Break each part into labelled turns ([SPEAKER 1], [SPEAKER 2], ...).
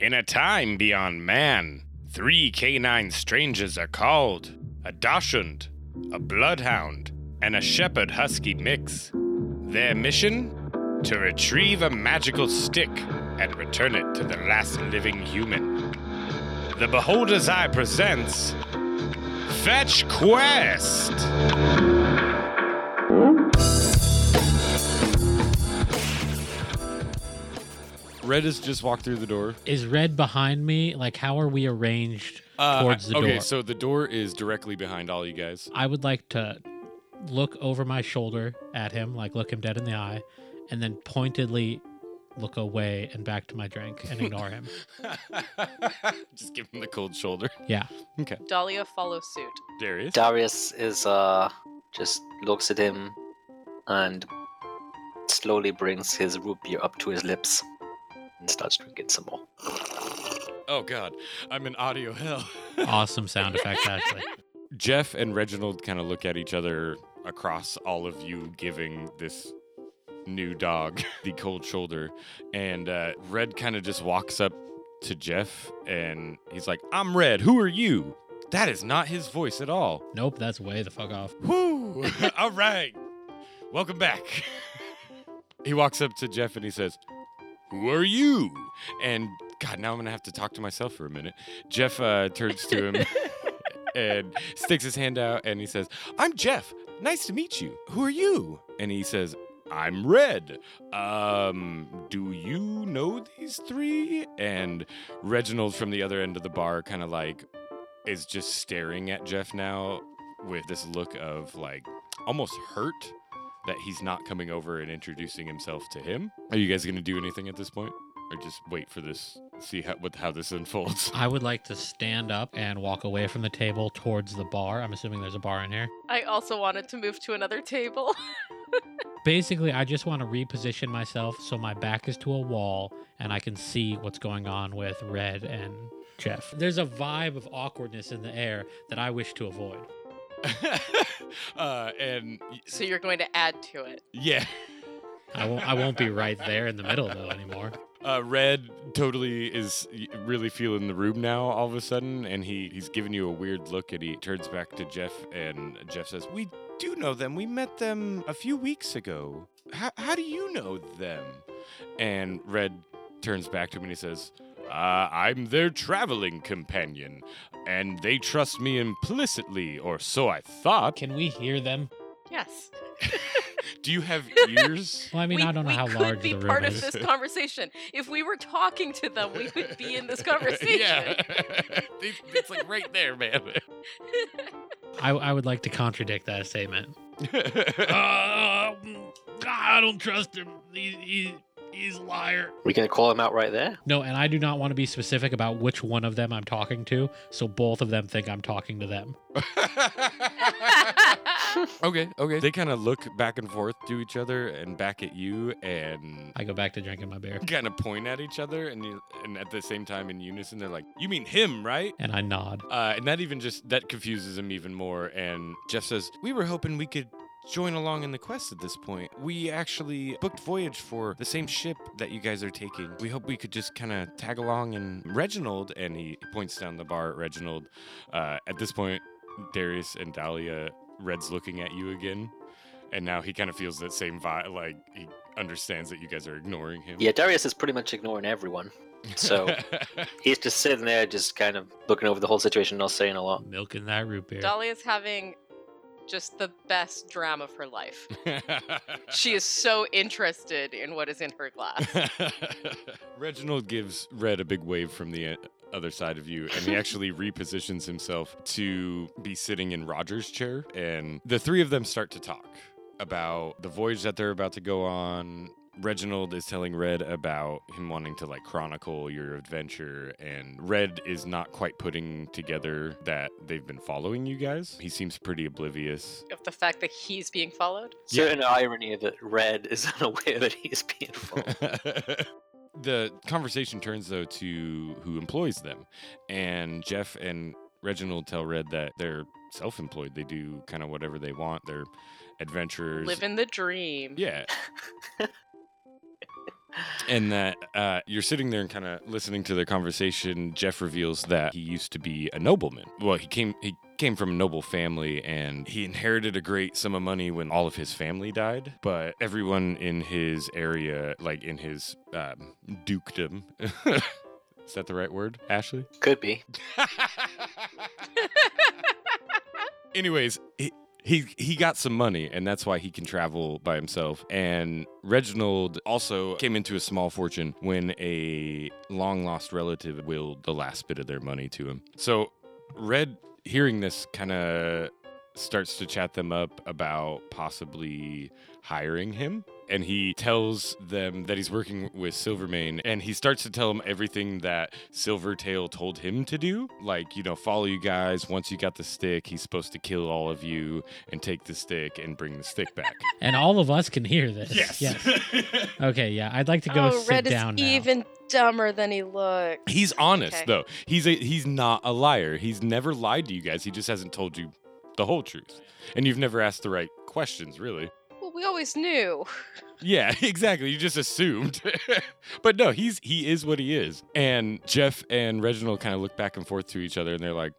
[SPEAKER 1] In a time beyond man, three canine strangers are called a Dachshund, a Bloodhound, and a Shepherd Husky mix. Their mission? To retrieve a magical stick and return it to the last living human. The Beholder's Eye presents Fetch Quest!
[SPEAKER 2] Red has just walked through the door.
[SPEAKER 3] Is red behind me? Like, how are we arranged
[SPEAKER 2] Uh,
[SPEAKER 3] towards the
[SPEAKER 2] okay,
[SPEAKER 3] door?
[SPEAKER 2] so the door is directly behind all you guys.
[SPEAKER 3] I would like to look over my shoulder at him, like look him dead in the eye, and then pointedly look away and back to my drink and ignore him.
[SPEAKER 2] just give him the cold shoulder.
[SPEAKER 3] Yeah.
[SPEAKER 4] Dahlia follows suit.
[SPEAKER 2] Darius.
[SPEAKER 5] Darius is uh just looks at him and slowly brings his root beer up to his lips and starts drinking some more.
[SPEAKER 2] oh God, I'm in audio hell.
[SPEAKER 3] Awesome sound effects, actually.
[SPEAKER 2] Jeff and Reginald kind of look at each other across all of you giving this new dog the cold shoulder. And uh, Red kind of just walks up to Jeff and he's like, I'm Red. Who are you? That is not his voice at all.
[SPEAKER 3] Nope, that's way the fuck off.
[SPEAKER 2] Whoo! all right. Welcome back. he walks up to Jeff and he says, Who are you? And God, now I'm going to have to talk to myself for a minute. Jeff uh, turns to him and sticks his hand out and he says, I'm Jeff. Nice to meet you. Who are you? And he says, I'm Red. Um, do you know these three? And Reginald from the other end of the bar kind of like is just staring at Jeff now with this look of like almost hurt that he's not coming over and introducing himself to him. Are you guys going to do anything at this point? Or just wait for this, see how, what, how this unfolds?
[SPEAKER 3] I would like to stand up and walk away from the table towards the bar. I'm assuming there's a bar in here.
[SPEAKER 4] I also wanted to move to another table.
[SPEAKER 3] Basically, I just want to reposition myself so my back is to a wall and I can see what's going on with Red and Jeff. There's a vibe of awkwardness in the air that I wish to avoid.
[SPEAKER 2] uh, and y-
[SPEAKER 4] so you're going to add to it.
[SPEAKER 2] yeah.
[SPEAKER 3] I won't I won't be right there in the middle though anymore.
[SPEAKER 2] Uh, Red totally is y- really feeling the room now all of a sudden, and he, he's giving you a weird look, and he turns back to Jeff, and Jeff says, We do know them. We met them a few weeks ago. How, how do you know them? And Red turns back to him and he says, uh, I'm their traveling companion, and they trust me implicitly, or so I thought.
[SPEAKER 3] Can we hear them?
[SPEAKER 4] Yes.
[SPEAKER 2] Do you have ears?
[SPEAKER 3] Well, I mean,
[SPEAKER 4] we,
[SPEAKER 3] I don't know
[SPEAKER 4] we
[SPEAKER 3] how
[SPEAKER 4] could
[SPEAKER 3] large
[SPEAKER 4] be
[SPEAKER 3] the
[SPEAKER 4] part
[SPEAKER 3] room
[SPEAKER 4] of
[SPEAKER 3] is.
[SPEAKER 4] this conversation. If we were talking to them, we would be in this conversation.
[SPEAKER 2] yeah. It's- it's like right there, man.
[SPEAKER 3] I, I would like to contradict that statement. Uh, I don't trust him. He, he's a liar.
[SPEAKER 5] We can call him out right there.
[SPEAKER 3] No, and I do not want to be specific about which one of them I'm talking to, so both of them think I'm talking to them.
[SPEAKER 2] okay, okay. They kind of look back and forth to each other and back at you and
[SPEAKER 3] I go back to drinking my beer
[SPEAKER 2] kind of point at each other and you, and at the same time in unison they're like, "You mean him, right?"
[SPEAKER 3] and I nod.
[SPEAKER 2] Uh, and that even just that confuses him even more. And Jeff says, "We were hoping we could." Join along in the quest at this point. We actually booked voyage for the same ship that you guys are taking. We hope we could just kind of tag along and Reginald, and he points down the bar at Reginald. Uh, at this point, Darius and Dahlia, Red's looking at you again, and now he kind of feels that same vibe. Like he understands that you guys are ignoring him.
[SPEAKER 5] Yeah, Darius is pretty much ignoring everyone. So he's just sitting there, just kind of looking over the whole situation, not saying a lot.
[SPEAKER 3] Milking that root beer.
[SPEAKER 4] Dahlia's having just the best dram of her life. She is so interested in what is in her glass.
[SPEAKER 2] Reginald gives Red a big wave from the uh, other side of you, and he actually repositions himself to be sitting in Roger's chair. And the three of them start to talk about the voyage that they're about to go on. Reginald is telling Red about him wanting to like chronicle your adventure, and Red is not quite putting together that they've been following you guys. He seems pretty oblivious.
[SPEAKER 4] Of the fact that he's being followed.
[SPEAKER 2] Yeah.
[SPEAKER 5] Certain irony that Red is unaware that he's being followed.
[SPEAKER 2] the conversation turns though to who employs them and jeff and reginald tell red that they're self-employed they do kind of whatever they want they're adventurers
[SPEAKER 4] Living the dream.
[SPEAKER 2] yeah and that uh, you're sitting there and kind of listening to their conversation. Jeff reveals that he used to be a nobleman. Well, he came he came from a noble family and he inherited a great sum of money when all of his family died. But everyone in his area, like in his um, dukedom, is that the right word, Ashley?
[SPEAKER 5] Could be.
[SPEAKER 2] Anyways, he, he he got some money, and that's why he can travel by himself. And Reginald also came into a small fortune when a long lost relative willed the last bit of their money to him. So Red, hearing this, kind of starts to chat them up about possibly hiring him. And he tells them that he's working with Silvermane, and he starts to tell them everything that Silvertail told him to do. Like, you know, follow you guys. Once you got the stick, he's supposed to kill all of you and take the stick and bring the stick back.
[SPEAKER 3] And all of us can hear this. Okay, yeah. I'd like to go
[SPEAKER 4] oh,
[SPEAKER 3] sit
[SPEAKER 4] Red
[SPEAKER 3] down
[SPEAKER 4] is
[SPEAKER 3] now.
[SPEAKER 4] even dumber than he looks.
[SPEAKER 2] He's honest
[SPEAKER 4] Okay.
[SPEAKER 2] though. He's a, he's not a liar. He's never lied to you guys. He just hasn't told you the whole truth. And you've never asked the right questions, really.
[SPEAKER 4] Well, we always knew.
[SPEAKER 2] Yeah, exactly. You just assumed. but no, he's he is what he is. And Jeff and Reginald kind of look back and forth to each other and they're like,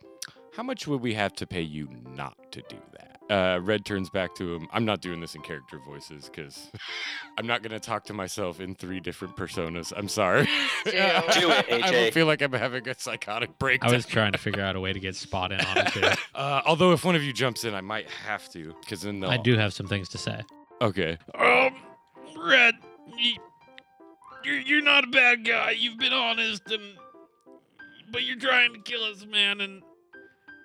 [SPEAKER 2] "How much would we have to pay you not to do that?" Uh, Red turns back to him. I'm not doing this in character voices because I'm not going to talk to myself in three different personas. I'm sorry.
[SPEAKER 4] Do. Do
[SPEAKER 5] it,
[SPEAKER 2] I
[SPEAKER 5] AJ.
[SPEAKER 2] don't feel like I'm having a psychotic breakdown.
[SPEAKER 3] I was trying to figure out a way to get spot in on it. too.
[SPEAKER 2] Uh, although if one of you jumps in, I might have to, because then they'll...
[SPEAKER 3] I do have some things to say.
[SPEAKER 2] Okay.
[SPEAKER 1] Um, Red, you, you're, you're not a bad guy. You've been honest, and but you're trying to kill us, man. And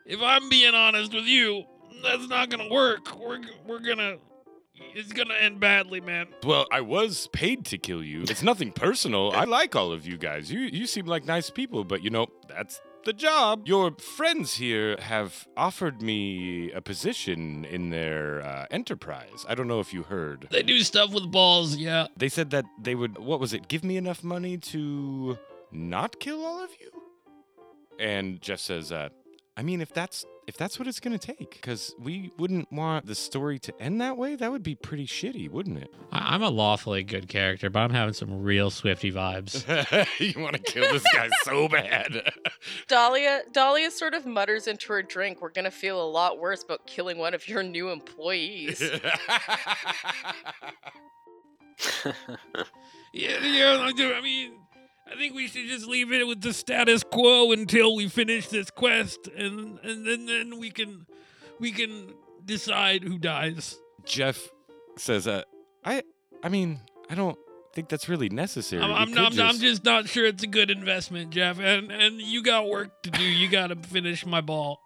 [SPEAKER 1] if I'm being honest with you, that's not gonna work. We're g- we're gonna it's gonna end badly, man.
[SPEAKER 2] Well, I was paid to kill you. It's nothing personal. I like all of you guys. You you seem like nice people, but you know that's the job. Your friends here have offered me a position in their uh, enterprise. I don't know if you heard.
[SPEAKER 1] They do stuff with balls, yeah.
[SPEAKER 2] They said that they would. What was it? Give me enough money to not kill all of you. And Jeff says, uh, "I mean, if that's if that's what it's gonna take, because we wouldn't want the story to end that way. That would be pretty shitty, wouldn't it?"
[SPEAKER 3] I- I'm a lawfully good character, but I'm having some real Swifty vibes.
[SPEAKER 2] you want to kill this guy so bad.
[SPEAKER 4] Dahlia, Dahlia sort of mutters into her drink, "We're gonna feel a lot worse about killing one of your new employees."
[SPEAKER 1] Yeah, yeah. I do. I mean, I think we should just leave it with the status quo until we finish this quest, and and then then we can we can decide who dies.
[SPEAKER 2] Jeff says, uh, "I, I mean, I don't think that's really necessary.
[SPEAKER 1] I'm,
[SPEAKER 2] You
[SPEAKER 1] I'm,
[SPEAKER 2] could
[SPEAKER 1] not, I'm just... not sure it's a good investment, Jeff. And and you got work to do. You got to finish my ball.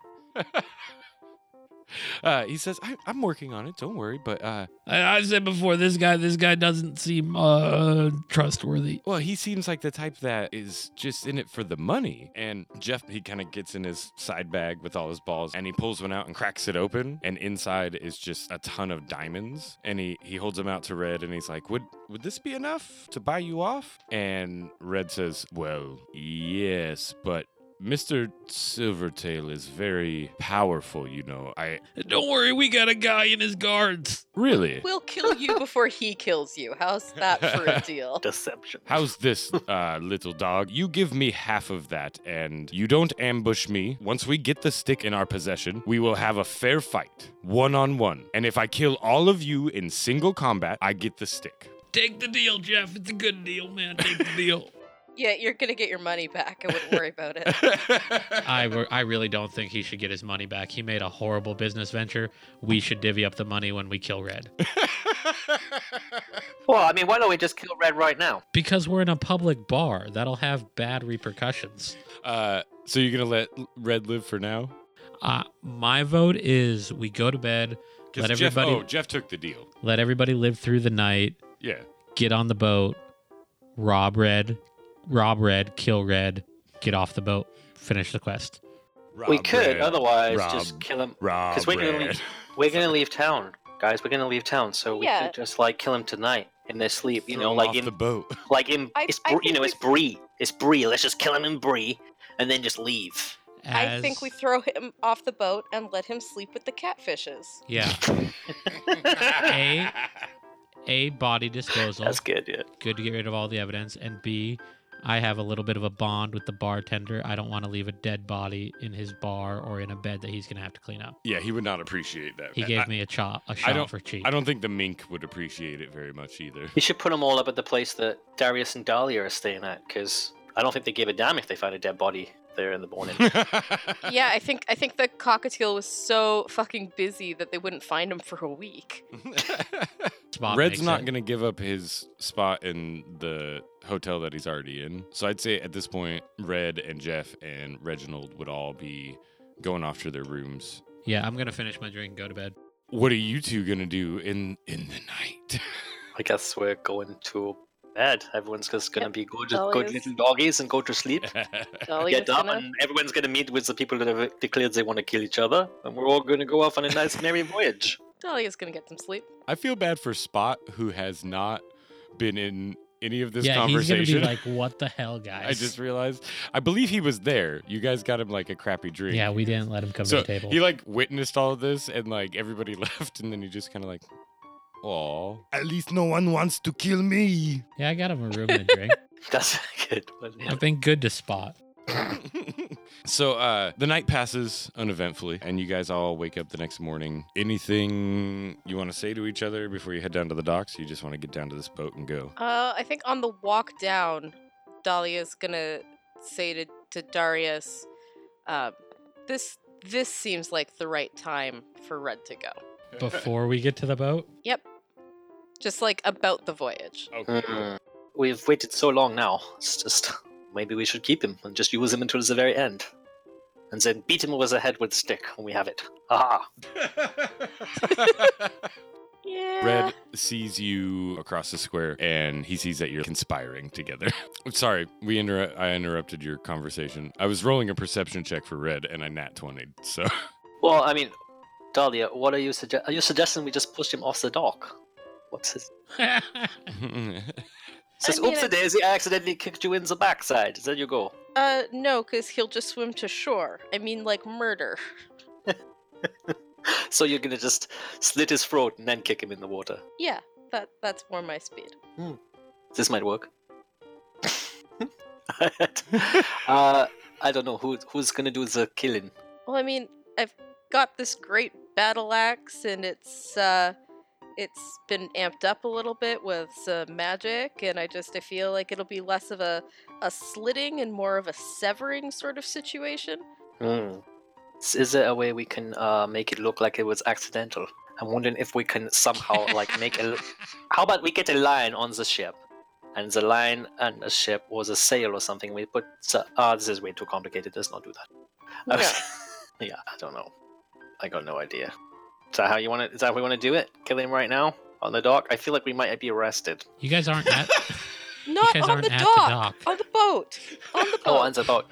[SPEAKER 2] Uh, he says, I, "I'm working on it. Don't worry." But uh,
[SPEAKER 1] I, I've said before, this guy, this guy doesn't seem uh, trustworthy.
[SPEAKER 2] Well, he seems like the type that is just in it for the money. And Jeff, he kind of gets in his side bag with all his balls and he pulls one out and cracks it open. And inside is just a ton of diamonds. And he, he holds them out to Red and he's like, would, would this be enough to buy you off? And Red says, Well, yes, but. Mr. Silvertail is very powerful, you know. I
[SPEAKER 1] Don't worry, we got a guy in his guards.
[SPEAKER 2] really.
[SPEAKER 4] We'll kill you before he kills you. How's that for a deal?
[SPEAKER 5] Deception.
[SPEAKER 2] How's this, uh, little dog? You give me half of that, and you don't ambush me. Once we get the stick in our possession, we will have a fair fight, one on one. And if I kill all of you in single combat, I get the stick.
[SPEAKER 1] Take the deal, Jeff. It's a good deal, man. Take the deal.
[SPEAKER 4] Yeah, you're gonna get your money back. I wouldn't worry about it.
[SPEAKER 3] I, re- I really don't think he should get his money back. He made a horrible business venture. We should divvy up the money when we kill Red.
[SPEAKER 5] Well, I mean, why don't we just kill Red right now?
[SPEAKER 3] Because we're in a public bar, that'll have bad repercussions.
[SPEAKER 2] uh, so you're gonna let Red live for now?
[SPEAKER 3] Uh, my vote is we go to bed,
[SPEAKER 2] 'Cause
[SPEAKER 3] Let
[SPEAKER 2] Jeff-
[SPEAKER 3] everybody-
[SPEAKER 2] oh, Jeff took the deal.
[SPEAKER 3] let everybody live through the night,
[SPEAKER 2] Yeah.
[SPEAKER 3] get on the boat, rob Red, rob Red, kill Red, get off the boat, finish the quest.
[SPEAKER 5] we
[SPEAKER 2] Rob
[SPEAKER 5] could,
[SPEAKER 2] Red.
[SPEAKER 5] otherwise,
[SPEAKER 2] Rob.
[SPEAKER 5] just kill him.
[SPEAKER 2] Rob
[SPEAKER 5] 'Cause we're gonna
[SPEAKER 2] Red.
[SPEAKER 5] leave- We're gonna leave town, guys. We're gonna leave town, so we
[SPEAKER 4] Yeah.
[SPEAKER 5] could just like kill him tonight in their sleep. You
[SPEAKER 2] Throw
[SPEAKER 5] know,
[SPEAKER 2] him
[SPEAKER 5] like
[SPEAKER 2] off
[SPEAKER 5] in
[SPEAKER 2] the boat.
[SPEAKER 5] like in
[SPEAKER 4] I-
[SPEAKER 5] it's
[SPEAKER 4] I
[SPEAKER 5] Br- you
[SPEAKER 4] think
[SPEAKER 5] know
[SPEAKER 4] we-
[SPEAKER 5] it's Bree. It's Bree. Let's just kill him in Bree, and then just leave.
[SPEAKER 4] I think we
[SPEAKER 3] As-
[SPEAKER 4] throw him off the boat and let him sleep with the catfishes.
[SPEAKER 3] yeah. A, A, body disposal.
[SPEAKER 5] That's good, yeah.
[SPEAKER 3] Good to get rid of all the evidence. And B, I have a little bit of a bond with the bartender. I don't want to leave a dead body in his bar or in a bed that he's going to have to clean up.
[SPEAKER 2] Yeah, he would not appreciate that.
[SPEAKER 3] He
[SPEAKER 2] I-
[SPEAKER 3] gave
[SPEAKER 2] I,
[SPEAKER 3] me a chop, a shot
[SPEAKER 2] don't-
[SPEAKER 3] for cheap.
[SPEAKER 2] I don't think the mink would appreciate it very much either.
[SPEAKER 5] You should put them all up at the place that Darius and Dahlia are staying at, because I don't think they give a damn if they find a dead body there in the morning.
[SPEAKER 4] yeah, I think I think the cockatiel was so fucking busy that they wouldn't find him for a week.
[SPEAKER 3] Spot
[SPEAKER 2] Red's
[SPEAKER 3] makes
[SPEAKER 2] not
[SPEAKER 3] it.
[SPEAKER 2] going to give up his spot in the hotel that he's already in. So I'd say at this point, Red and Jeff and Reginald would all be going off to their rooms.
[SPEAKER 3] Yeah, I'm going to finish my drink and go to bed.
[SPEAKER 2] What are you two going to do in in the night?
[SPEAKER 5] I guess we're going to bed. Everyone's just gonna
[SPEAKER 4] Yep,
[SPEAKER 5] be good,
[SPEAKER 4] Dahlia's-
[SPEAKER 5] good little doggies and go to sleep.
[SPEAKER 4] Dahlia's
[SPEAKER 5] Get up,
[SPEAKER 4] gonna-
[SPEAKER 5] and everyone's gonna meet with the people that have declared they want to kill each other, and we're all gonna go off on a nice merry voyage.
[SPEAKER 4] Dahlia's gonna get some sleep.
[SPEAKER 2] I feel bad for Spot who has not been in any of this
[SPEAKER 3] yeah, he's
[SPEAKER 2] conversation.
[SPEAKER 3] going to be like, what the hell, guys?
[SPEAKER 2] I just realized. I believe he was there. You guys got him like a crappy drink.
[SPEAKER 3] Yeah, we didn't let him come
[SPEAKER 2] So
[SPEAKER 3] to the table.
[SPEAKER 2] he like witnessed all of this, and like everybody left, and then he just kind of like, "Aw." At least no one wants to kill me.
[SPEAKER 3] yeah, I got him a room and a drink.
[SPEAKER 5] That's a good. One. yeah.
[SPEAKER 3] I've been good to spot.
[SPEAKER 2] so uh, the night passes uneventfully, and you guys all wake up the next morning. Anything you want to say to each other before you head down to the docks? You just want to get down to this boat and go.
[SPEAKER 4] Uh, I think on the walk down, Dahlia's gonna say to, to Darius, uh, "This this seems like the right time for Red to go."
[SPEAKER 3] Before we get to the boat,
[SPEAKER 4] Just like about the voyage.
[SPEAKER 5] Mm. We've waited so long now. It's just maybe we should keep him and just use him until the very end, and then beat him over the head with a stick when we have it. Aha!
[SPEAKER 4] Yeah.
[SPEAKER 2] Red sees you across the square, and he sees that you're conspiring together. Sorry, we inter- I interrupted your conversation. I was rolling a perception check for Red, and I nat 20. So
[SPEAKER 5] Well, I mean, Dahlia, what are you suggest? Are you suggesting we just push him off the dock? What's his? Oh, Says,
[SPEAKER 4] mean,
[SPEAKER 5] "Oops,
[SPEAKER 4] I-
[SPEAKER 5] Daisy, I accidentally kicked you in the backside." There you go.
[SPEAKER 4] Uh, no, cause he'll just swim to shore. I mean, like murder.
[SPEAKER 5] So you're gonna just slit his throat and then kick him in the water.
[SPEAKER 4] Yeah, that that's more my speed.
[SPEAKER 5] This might work. uh, I don't know who who's gonna do the killing.
[SPEAKER 4] Well, I mean, I've got this great battle axe, and it's uh, it's been amped up a little bit with some magic, and I just I feel like it'll be less of a a slitting and more of a severing sort of situation.
[SPEAKER 5] Hmm. S- Is there a way we can uh, make it look like it was accidental? I'm wondering if we can somehow like make a. How about we get a line on the ship, and the line and the ship was a sail or something. We put. the- Ah, this is way too complicated. Let's not do that.
[SPEAKER 4] No.
[SPEAKER 5] yeah, I don't know. I got no idea. Is that how you want it? Is that how we want to do it? Kill him right now on the dock. I feel like we might be arrested.
[SPEAKER 3] you guys aren't at, you
[SPEAKER 4] Not
[SPEAKER 3] guys
[SPEAKER 4] on
[SPEAKER 3] aren't
[SPEAKER 4] the
[SPEAKER 3] at
[SPEAKER 4] dock,
[SPEAKER 3] the dock.
[SPEAKER 4] on the boat, on the boat.
[SPEAKER 5] Oh, on the boat.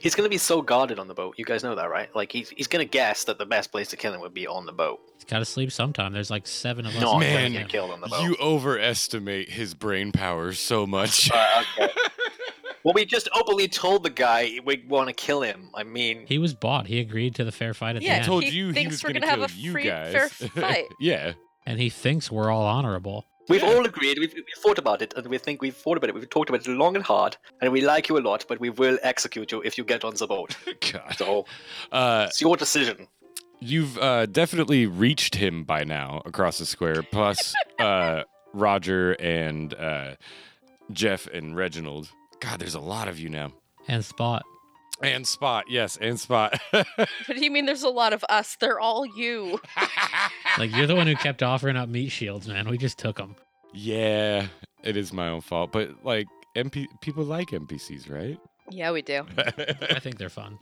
[SPEAKER 5] He's gonna be so guarded on the boat. You guys know that, right? Like he's he's gonna guess that the best place to kill him would be on the boat.
[SPEAKER 3] He's got to sleep sometime. There's like seven of us.
[SPEAKER 5] No,
[SPEAKER 3] in
[SPEAKER 2] Man,
[SPEAKER 5] man,
[SPEAKER 3] the
[SPEAKER 5] get
[SPEAKER 3] camp.
[SPEAKER 5] killed on the boat.
[SPEAKER 2] you overestimate his brain power so much.
[SPEAKER 5] Uh, okay. well, we just openly told the guy we want to kill him. I mean,
[SPEAKER 3] he was bought. He agreed to the fair fight at
[SPEAKER 4] Yeah,
[SPEAKER 2] I
[SPEAKER 3] the end,
[SPEAKER 2] told
[SPEAKER 4] he
[SPEAKER 2] you he
[SPEAKER 4] thinks
[SPEAKER 2] was
[SPEAKER 4] we're
[SPEAKER 2] going to kill
[SPEAKER 4] gonna have a
[SPEAKER 2] you
[SPEAKER 4] free,
[SPEAKER 2] guys.
[SPEAKER 4] fair fight.
[SPEAKER 2] yeah.
[SPEAKER 3] and he thinks we're all honorable.
[SPEAKER 5] we've all agreed. We've, we've thought about it, and we think we've thought about it. We've talked about it long and hard, and we like you a lot, but we will execute you if you get on the boat.
[SPEAKER 2] God.
[SPEAKER 5] So
[SPEAKER 2] Uh,
[SPEAKER 5] it's your decision.
[SPEAKER 2] You've uh, definitely reached him by now across the square. Plus, uh, Roger and uh, Jeff and Reginald. God, there's a lot of you now.
[SPEAKER 3] And Spot,
[SPEAKER 2] And Spot, yes, and Spot.
[SPEAKER 4] But do you mean there's a lot of us? They're all you.
[SPEAKER 3] like you're the one who kept offering up meat shields, man. We just took them.
[SPEAKER 2] yeah, it is my own fault, but like MP- people like NPCs, right?
[SPEAKER 4] Yeah, we do.
[SPEAKER 3] I think they're fun.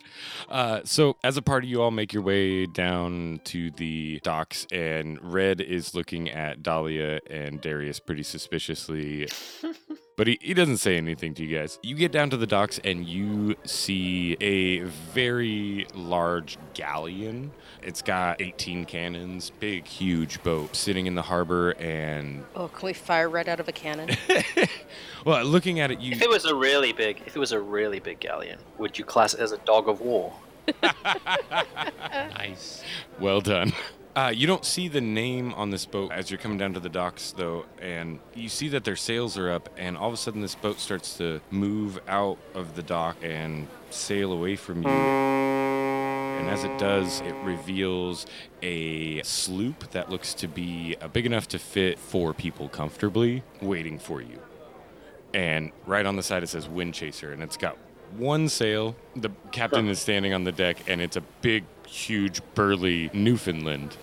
[SPEAKER 2] Uh, so, as a party, you all make your way down to the docks, and Red is looking at Dahlia and Darius pretty suspiciously, but he, he doesn't say anything to you guys. You get down to the docks, and you see a very large galleon. It's got 18 cannons, big, huge boat sitting in the harbor, and
[SPEAKER 4] Oh, can we fire Red out of a cannon?
[SPEAKER 2] well, looking at it, you
[SPEAKER 5] If it was a really big, if it was a really big galleon, would you class it as a dog of war?
[SPEAKER 3] Nice.
[SPEAKER 2] well done. Uh, you don't see the name on this boat as you're coming down to the docks, though, and you see that their sails are up, and all of a sudden this boat starts to move out of the dock and sail away from you. And as it does, it reveals a sloop that looks to be uh, big enough to fit four people comfortably waiting for you. And right on the side it says Wind Chaser, and it's got one sail. The captain is standing on the deck, and it's a big, huge, burly Newfoundland.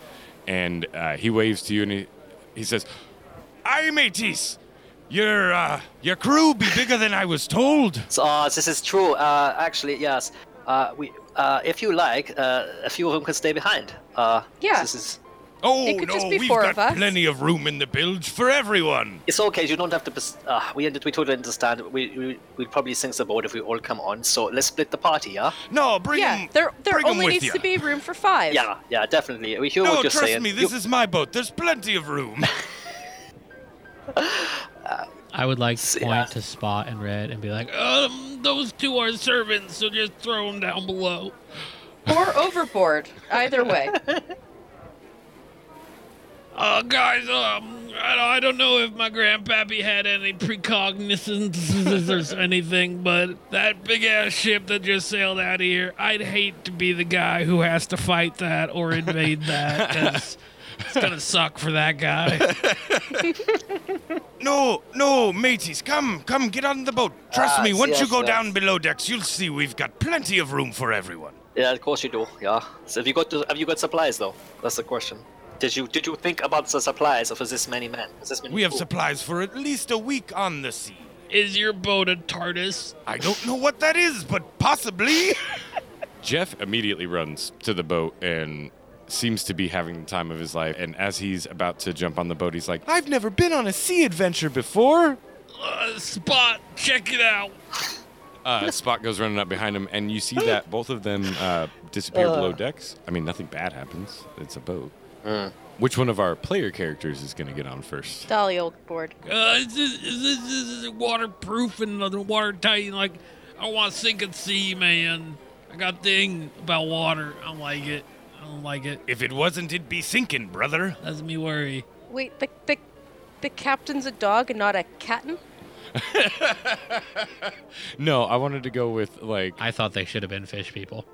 [SPEAKER 2] And uh, he waves to you, and he, he says, "Aye, mateys, your uh, your crew be bigger than I was told."
[SPEAKER 5] So uh, this is true. Uh, actually, yes. Uh, we, uh, if you like, uh, a few of them can stay behind. Uh,
[SPEAKER 4] Yeah.
[SPEAKER 5] This is.
[SPEAKER 2] Oh
[SPEAKER 4] It could
[SPEAKER 2] no,
[SPEAKER 4] just be
[SPEAKER 2] we've
[SPEAKER 4] four
[SPEAKER 2] got
[SPEAKER 4] of us.
[SPEAKER 2] plenty of room in the bilge for everyone.
[SPEAKER 5] It's okay. You don't have to. Pers- uh, we we totally understand. We we we'd probably sink the boat if we all come on. So let's split the party, yeah.
[SPEAKER 2] No, bring
[SPEAKER 4] yeah,
[SPEAKER 2] 'em-
[SPEAKER 4] there there
[SPEAKER 2] bring 'em
[SPEAKER 4] only
[SPEAKER 2] with
[SPEAKER 4] needs
[SPEAKER 2] ya.
[SPEAKER 4] to be room for five.
[SPEAKER 5] Yeah, yeah, definitely. We hear
[SPEAKER 2] No,
[SPEAKER 5] what you're
[SPEAKER 2] trust
[SPEAKER 5] saying.
[SPEAKER 2] me, this
[SPEAKER 5] You-
[SPEAKER 2] is my boat. There's plenty of room.
[SPEAKER 3] I would like to
[SPEAKER 5] See,
[SPEAKER 3] point
[SPEAKER 5] uh,
[SPEAKER 3] to Spot and Red and be like, um, those two are servants, so just throw them down below.
[SPEAKER 4] Or overboard. Either way.
[SPEAKER 3] Uh, guys, um, I don't, I don't know if my grandpappy had any precognitions or anything, but that big ass ship that just sailed out of here, I'd hate to be the guy who has to fight that or invade that. 'cause it's gonna suck for that guy.
[SPEAKER 2] No, no, mateys, come, come, get on the boat. Trust
[SPEAKER 5] Ah,
[SPEAKER 2] me, once you
[SPEAKER 5] yes,
[SPEAKER 2] go
[SPEAKER 5] yes.
[SPEAKER 2] down below decks, you'll see we've got plenty of room for everyone.
[SPEAKER 5] Yeah, of course you do. Yeah. So have you got to, have you got supplies though? That's the question. Did you did you think about the supplies of this many men? Of this many
[SPEAKER 2] We have
[SPEAKER 5] crew?
[SPEAKER 2] supplies for at least a week on the sea.
[SPEAKER 3] Is your boat a TARDIS?
[SPEAKER 2] I don't know what that is, but possibly. Jeff immediately runs to the boat and seems to be having the time of his life. And as he's about to jump on the boat, he's like, I've never been on a sea adventure before.
[SPEAKER 3] Uh, Spot, check it out.
[SPEAKER 2] Uh, Spot goes running up behind him, and you see that both of them uh, disappear below decks. I mean, nothing bad happens. It's a boat. Which one of our player characters is going to get on first?
[SPEAKER 4] Dolly old board.
[SPEAKER 3] Uh, is this, is this, is this waterproof and uh, watertight? And, like, I want to sink at sea, man. I got a thing about water. I don't like it. I don't like it.
[SPEAKER 2] If it wasn't, it'd be sinking, brother.
[SPEAKER 3] That's me worry.
[SPEAKER 4] Wait, the the the captain's a dog and not a captain?
[SPEAKER 2] No, I wanted to go with like
[SPEAKER 3] I thought they should have been fish people.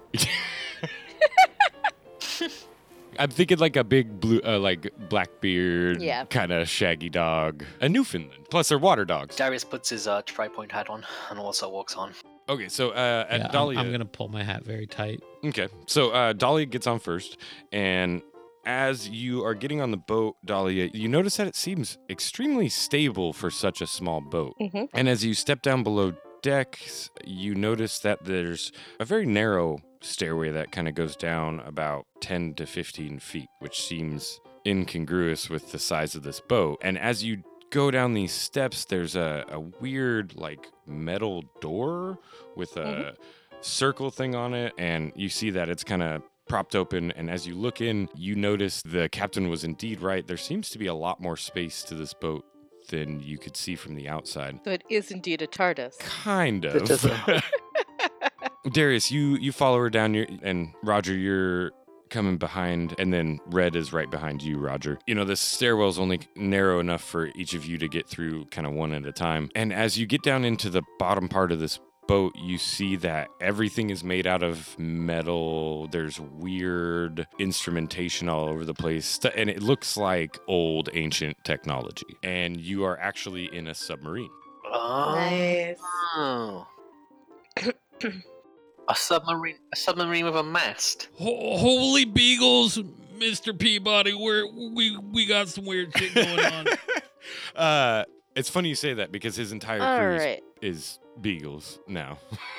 [SPEAKER 2] I'm thinking like a big blue, uh, like black beard,
[SPEAKER 4] Yeah.
[SPEAKER 2] kind of shaggy dog, a Newfoundland. Plus, they're water dogs.
[SPEAKER 5] Darius puts his uh, tri-point hat on and also walks on.
[SPEAKER 2] Okay, so uh, at Dahlia,
[SPEAKER 3] I'm, gonna pull my hat very tight.
[SPEAKER 2] Okay. So uh, Dahlia gets on first. And as you are getting on the boat, Dahlia, you notice that it seems extremely stable for such a small boat.
[SPEAKER 4] Mhm.
[SPEAKER 2] And as you step down below decks, you notice that there's a very narrow stairway that kind of goes down about 10 to 15 feet, which seems incongruous with the size of this boat. And as you go down these steps, there's a, a weird, like, metal door with a
[SPEAKER 4] Mhm.
[SPEAKER 2] circle thing on it, and you see that it's kind of propped open. And as you look in, you notice the captain was indeed right. There seems to be a lot more space to this boat than you could see from the outside.
[SPEAKER 4] So it is indeed a TARDIS.
[SPEAKER 2] Kind
[SPEAKER 5] It
[SPEAKER 2] of.
[SPEAKER 5] doesn't-
[SPEAKER 2] Darius, you you follow her down, you and Roger, you're coming behind, and then Red is right behind you, Roger. You know, this stairwell's only narrow enough for each of you to get through kind of one at a time. And as you get down into the bottom part of this boat, you see that everything is made out of metal. There's weird instrumentation all over the place, stu- and it looks like old ancient technology. And you are actually in a submarine.
[SPEAKER 5] Oh. a submarine, a submarine with a mast.
[SPEAKER 3] Ho- holy beagles, Mr. Peabody, we're, we we got some weird shit going on.
[SPEAKER 2] uh, it's funny you say that because his entire
[SPEAKER 4] All
[SPEAKER 2] crew is-
[SPEAKER 4] right.
[SPEAKER 2] is, beagles now. Uh,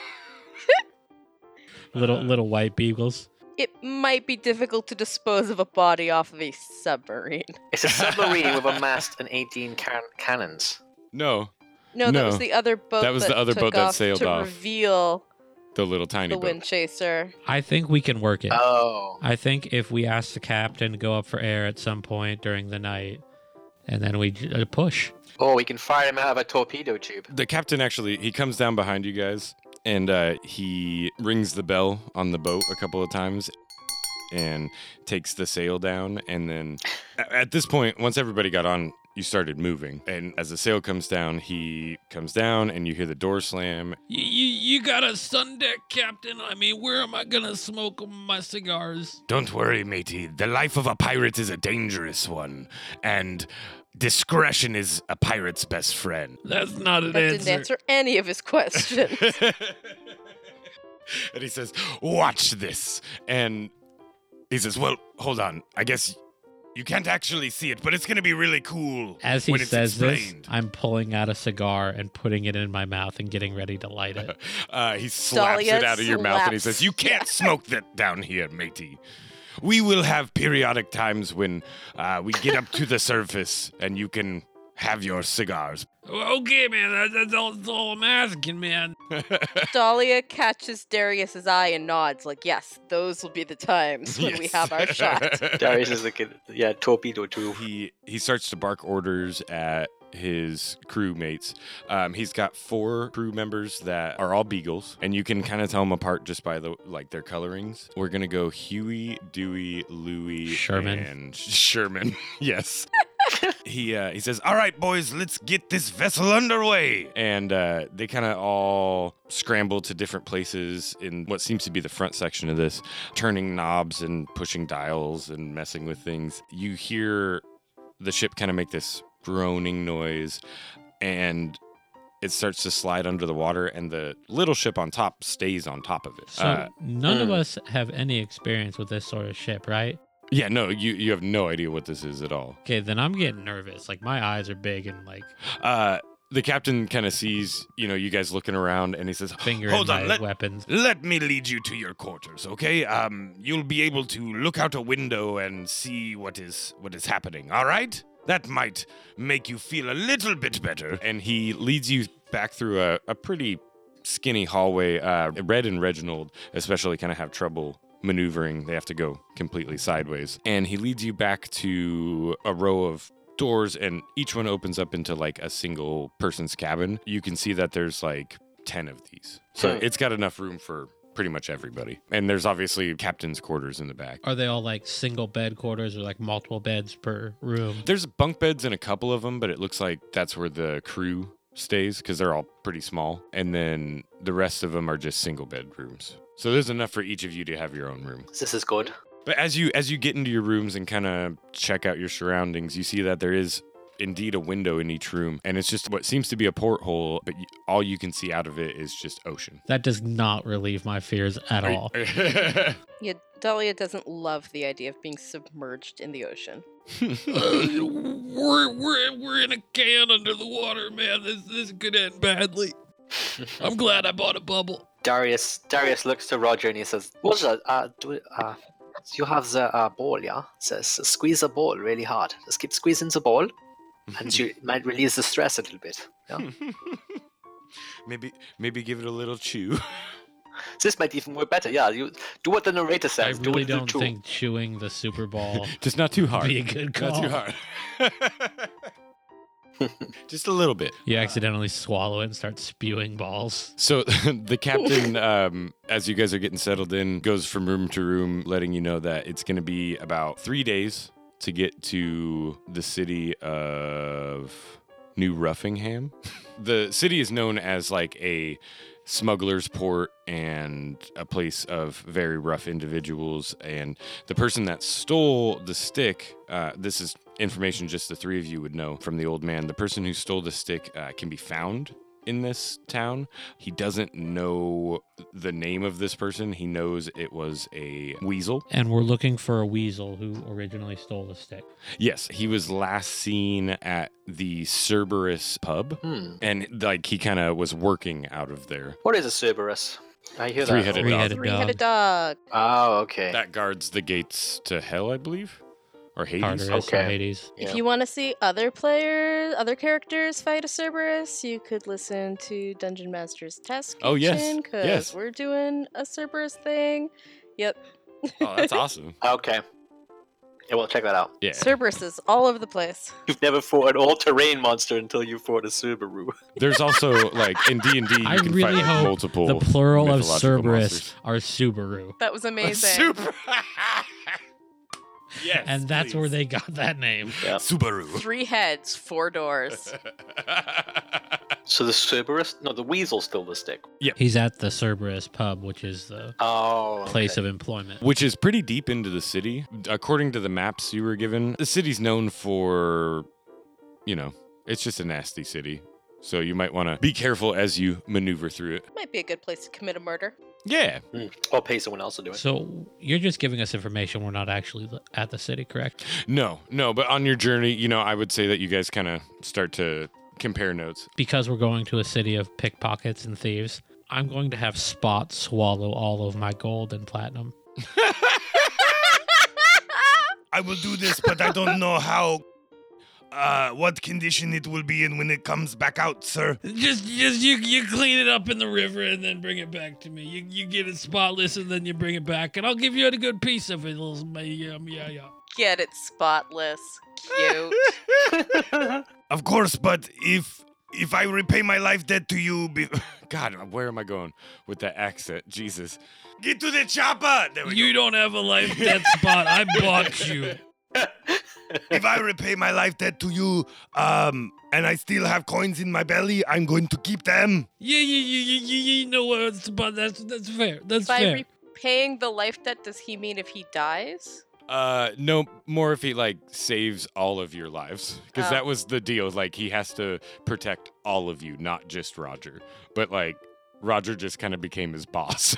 [SPEAKER 3] little little white beagles.
[SPEAKER 4] It might be difficult to dispose of a body off of a submarine.
[SPEAKER 5] It's a submarine with a mast and 18 can- cannons.
[SPEAKER 2] No,
[SPEAKER 4] No, that was
[SPEAKER 2] No,
[SPEAKER 4] the other boat.
[SPEAKER 2] that was the other
[SPEAKER 4] took
[SPEAKER 2] boat that
[SPEAKER 4] off
[SPEAKER 2] sailed
[SPEAKER 4] to
[SPEAKER 2] off.
[SPEAKER 4] reveal
[SPEAKER 2] the little tiny
[SPEAKER 4] the
[SPEAKER 2] boat.
[SPEAKER 4] Windchaser.
[SPEAKER 3] I think we can work it.
[SPEAKER 5] Oh.
[SPEAKER 3] I think if we ask the captain to go up for air at some point during the night, and then we j- uh, push.
[SPEAKER 5] Oh, we can fire him out of a torpedo tube.
[SPEAKER 2] The captain actually he comes down behind you guys and uh, he rings the bell on the boat a couple of times. and takes the sail down. And then a- at this point, once everybody got on, you started moving. And as the sail comes down, he comes down, and you hear the door slam.
[SPEAKER 3] You, you, you got a sun deck, Captain. I mean, where am I gonna smoke my cigars?
[SPEAKER 1] Don't worry, matey. The life of a pirate is a dangerous one, and discretion is a pirate's best friend.
[SPEAKER 3] That's not an
[SPEAKER 4] That didn't answer any of his questions.
[SPEAKER 2] and he says,
[SPEAKER 1] Watch this.
[SPEAKER 2] and
[SPEAKER 1] He says, Well, hold on. I guess you can't actually see it, but it's going to be really cool.
[SPEAKER 3] As he
[SPEAKER 1] when it's
[SPEAKER 3] says
[SPEAKER 1] explained.
[SPEAKER 3] this, I'm pulling out a cigar and putting it in my mouth and getting ready to light it.
[SPEAKER 2] uh, he slaps
[SPEAKER 4] Dahlia
[SPEAKER 2] it out of your mouth and he
[SPEAKER 4] slaps.
[SPEAKER 2] says, You
[SPEAKER 1] You can't smoke that down here, matey. We will have periodic times when uh, we get up to the surface and you can have your cigars.
[SPEAKER 3] okay, man. That, that's, all, that's all I'm asking, man.
[SPEAKER 4] Dahlia catches Darius's eye and nods, like, yes, those will be the times when we
[SPEAKER 2] Yes.
[SPEAKER 4] have our shot.
[SPEAKER 5] Darius is like, a- yeah, torpedo too.
[SPEAKER 2] he he starts to bark orders at his crewmates. Um, he's got four crew members that are all beagles, and you can kind of tell them apart just by the like their colorings. We're gonna go Huey, Dewey, Louie,
[SPEAKER 3] Sherman.
[SPEAKER 2] and Sherman. yes. he uh, he says,
[SPEAKER 1] All right, boys, let's get this vessel underway.
[SPEAKER 2] and uh, they kind of all scramble to different places in what seems to be the front section of this, turning knobs and pushing dials and messing with things. You hear the ship kind of make this groaning noise, and it starts to slide under the water, and the little ship on top stays on top of it.
[SPEAKER 3] So
[SPEAKER 2] Uh,
[SPEAKER 3] none of
[SPEAKER 5] mm.
[SPEAKER 3] us have any experience with this sort of ship, right?
[SPEAKER 2] yeah, no, you you have no idea what this is at all.
[SPEAKER 3] Okay, then I'm getting nervous. Like my eyes are big and like
[SPEAKER 2] Uh, the captain kind of sees you know you guys looking around, and he says,
[SPEAKER 3] finger
[SPEAKER 1] Hold
[SPEAKER 3] in
[SPEAKER 1] on,
[SPEAKER 3] my
[SPEAKER 1] let-
[SPEAKER 3] weapons.
[SPEAKER 1] Let me lead you to your quarters, okay? Um, you'll be able to look out a window and see what is what is happening. All right? That might make you feel a little bit better.
[SPEAKER 2] and he leads you back through a, a pretty skinny hallway. Uh, Red and Reginald, especially, kind of have trouble maneuvering. They have to go completely sideways. And he leads you back to a row of doors, and each one opens up into like a single person's cabin. You can see that there's like 10 of these. So
[SPEAKER 5] Hmm.
[SPEAKER 2] it's got enough room for pretty much everybody. And there's obviously captain's quarters in the back.
[SPEAKER 3] Are they all like single bed quarters or like multiple beds per room?
[SPEAKER 2] There's bunk beds in a couple of them, but it looks like that's where the crew stays because they're all pretty small. And then the rest of them are just single bed rooms. So there's enough for each of you to have your own room.
[SPEAKER 5] This is good.
[SPEAKER 2] But as you as you get into your rooms and kind of check out your surroundings, you see that there is indeed a window in each room, and it's just what seems to be a porthole, but y- all you can see out of it is just ocean.
[SPEAKER 3] That does not relieve my fears at
[SPEAKER 2] Are you-
[SPEAKER 3] all.
[SPEAKER 4] Yeah, Dahlia doesn't love the idea of being submerged in the ocean.
[SPEAKER 3] we're, we're, we're in a can under the water, man. This, this could end badly.
[SPEAKER 6] Oh.
[SPEAKER 3] I'm glad I bought a bubble.
[SPEAKER 5] Darius Darius looks to Roger and he says, Roger, uh, do uh, you have the uh, ball, yeah? Says squeeze the ball really hard. Just keep squeezing the ball, and you might release the stress a little bit. Yeah?
[SPEAKER 2] maybe maybe give it a little chew.
[SPEAKER 5] this might even work better. Yeah, you do what the narrator
[SPEAKER 3] I
[SPEAKER 5] says. do
[SPEAKER 3] really
[SPEAKER 5] what the
[SPEAKER 3] don't
[SPEAKER 5] two-
[SPEAKER 3] think chewing the Super Bowl
[SPEAKER 2] just not too hard.
[SPEAKER 3] would be a good
[SPEAKER 2] Not
[SPEAKER 3] call.
[SPEAKER 2] too hard. Just a little bit.
[SPEAKER 1] Uh.
[SPEAKER 3] You accidentally swallow it and start spewing balls.
[SPEAKER 2] So the captain, um, as you guys are getting settled in, goes from room to room, letting you know that it's going to be about three days to get to the city of New Ruffingham. the city is known as like a smuggler's port and a place of very rough individuals. And the person that stole the stick, uh, this is information just the three of you would know from the old man. The person who stole the stick uh, can be found in this town. He doesn't know the name of this person. He knows it was a weasel.
[SPEAKER 3] And we're looking for a weasel who originally stole the stick.
[SPEAKER 2] Yes, he was last seen at the Cerberus pub.
[SPEAKER 5] Hmm.
[SPEAKER 2] And like he kind of was working out of there.
[SPEAKER 5] What is a Cerberus? I hear that.
[SPEAKER 2] Three-headed
[SPEAKER 5] one.
[SPEAKER 2] dog.
[SPEAKER 3] Three-headed
[SPEAKER 4] Three headed dog.
[SPEAKER 5] Oh, okay.
[SPEAKER 2] That guards the gates to hell, I believe, or Hades.
[SPEAKER 3] Tartarus okay.
[SPEAKER 5] Okay.
[SPEAKER 3] Hades.
[SPEAKER 5] Yeah.
[SPEAKER 4] If you want to see other players, other characters fight a Cerberus, you could listen to Dungeon Master's Test
[SPEAKER 2] Oh, yes,
[SPEAKER 4] because
[SPEAKER 2] yes.
[SPEAKER 4] we're doing a Cerberus thing. Yep.
[SPEAKER 2] Oh, that's oh, awesome.
[SPEAKER 5] Okay. Yeah, well, check that out.
[SPEAKER 2] Yeah.
[SPEAKER 4] Cerberus is all over the place.
[SPEAKER 5] You've never fought an all-terrain monster until you fought a Subaru.
[SPEAKER 2] There's also like in D and D, you
[SPEAKER 3] I
[SPEAKER 2] can
[SPEAKER 3] really
[SPEAKER 2] fight like,
[SPEAKER 3] hope
[SPEAKER 2] multiple.
[SPEAKER 3] the plural of
[SPEAKER 2] mythological
[SPEAKER 3] Cerberus
[SPEAKER 2] monsters.
[SPEAKER 3] are Subaru.
[SPEAKER 4] That was amazing.
[SPEAKER 2] Super. yes.
[SPEAKER 3] And that's where
[SPEAKER 2] please.
[SPEAKER 3] they got that name.
[SPEAKER 2] Subaru.
[SPEAKER 4] Three heads, four doors.
[SPEAKER 5] So the Cerberus, no, the Weasel's still the stick.
[SPEAKER 3] He's at the Cerberus pub, which is the
[SPEAKER 5] Oh,
[SPEAKER 3] place of employment.
[SPEAKER 2] Which is pretty deep into the city. According to the maps you were given, the city's known for, you know, it's just a nasty city. So you might want to be careful as you maneuver through it.
[SPEAKER 4] Might be a good place to commit a murder.
[SPEAKER 2] Yeah.
[SPEAKER 5] I'll pay someone else to do it.
[SPEAKER 3] So you're just giving us information. We're not actually the- at the city, correct?
[SPEAKER 2] No, no, but on your journey, you know, I would say that you guys kind of start to compare notes.
[SPEAKER 3] Because we're going to a city of pickpockets and thieves, I'm going to have Spot swallow all of my gold and platinum.
[SPEAKER 7] I will do this, but I don't know how. Uh, what condition it will be in when it comes back out, sir?
[SPEAKER 3] Just, just you, you clean it up in the river and then bring it back to me. You, you get it spotless and then you bring it back, and I'll give you a good piece of it. Little, yeah, yeah, yeah.
[SPEAKER 4] Get it spotless. Cute.
[SPEAKER 7] Of course, but if if I repay my life debt to you, be-
[SPEAKER 2] God, where am I going with that accent? Jesus.
[SPEAKER 7] get to the chopper. There we go.
[SPEAKER 3] You don't have a life debt spot. I bought you.
[SPEAKER 7] if I repay my life debt to you, um, and I still have coins in my belly, I'm going to keep them.
[SPEAKER 3] Yeah, yeah, yeah, yeah, yeah, yeah. No, uh, spot. That's that's fair. That's fair.
[SPEAKER 4] By repaying the life debt, does he mean if he dies?
[SPEAKER 2] Uh, no, more if he like saves all of your lives, because
[SPEAKER 4] Oh.
[SPEAKER 2] that was the deal. Like he has to protect all of you, not just Roger. But like Roger just kind of became his boss.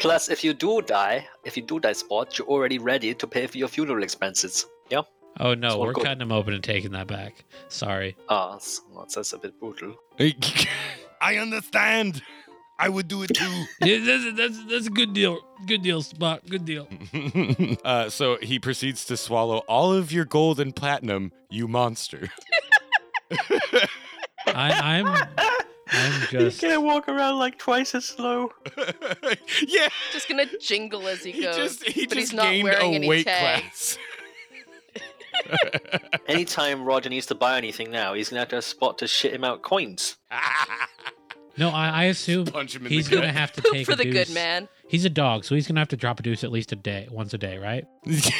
[SPEAKER 5] Plus, if you do die, if you do die, spot, you're already ready to pay for your funeral expenses. Yeah.
[SPEAKER 3] oh no,
[SPEAKER 5] So
[SPEAKER 3] we're
[SPEAKER 5] cool.
[SPEAKER 3] cutting him open and taking that back. Sorry.
[SPEAKER 5] Ah, so that's a bit brutal.
[SPEAKER 7] I understand. I would do it too.
[SPEAKER 3] yeah, that's, that's that's a good deal. Good deal, spot. Good deal.
[SPEAKER 2] uh, so he proceeds to swallow all of your gold and platinum, you monster.
[SPEAKER 3] I, I'm I'm just.
[SPEAKER 5] You can't walk around like twice as slow.
[SPEAKER 2] yeah,
[SPEAKER 4] Just gonna jingle as he
[SPEAKER 2] he
[SPEAKER 4] goes.
[SPEAKER 2] just he
[SPEAKER 4] but
[SPEAKER 2] just
[SPEAKER 4] he's not
[SPEAKER 2] gained
[SPEAKER 4] wearing
[SPEAKER 2] a
[SPEAKER 4] any
[SPEAKER 2] weight
[SPEAKER 4] tags.
[SPEAKER 2] class.
[SPEAKER 5] Anytime Roger needs to buy anything now, he's gonna have to have spot to shit him out coins.
[SPEAKER 3] No, I, I assume
[SPEAKER 2] Punch him in
[SPEAKER 3] he's
[SPEAKER 2] the
[SPEAKER 3] gonna
[SPEAKER 2] gut.
[SPEAKER 3] have to
[SPEAKER 4] Poop
[SPEAKER 3] take
[SPEAKER 4] for
[SPEAKER 3] a
[SPEAKER 4] the
[SPEAKER 3] deuce.
[SPEAKER 4] good man.
[SPEAKER 3] He's a dog, so he's gonna have to drop a deuce at least a day, once a day, right?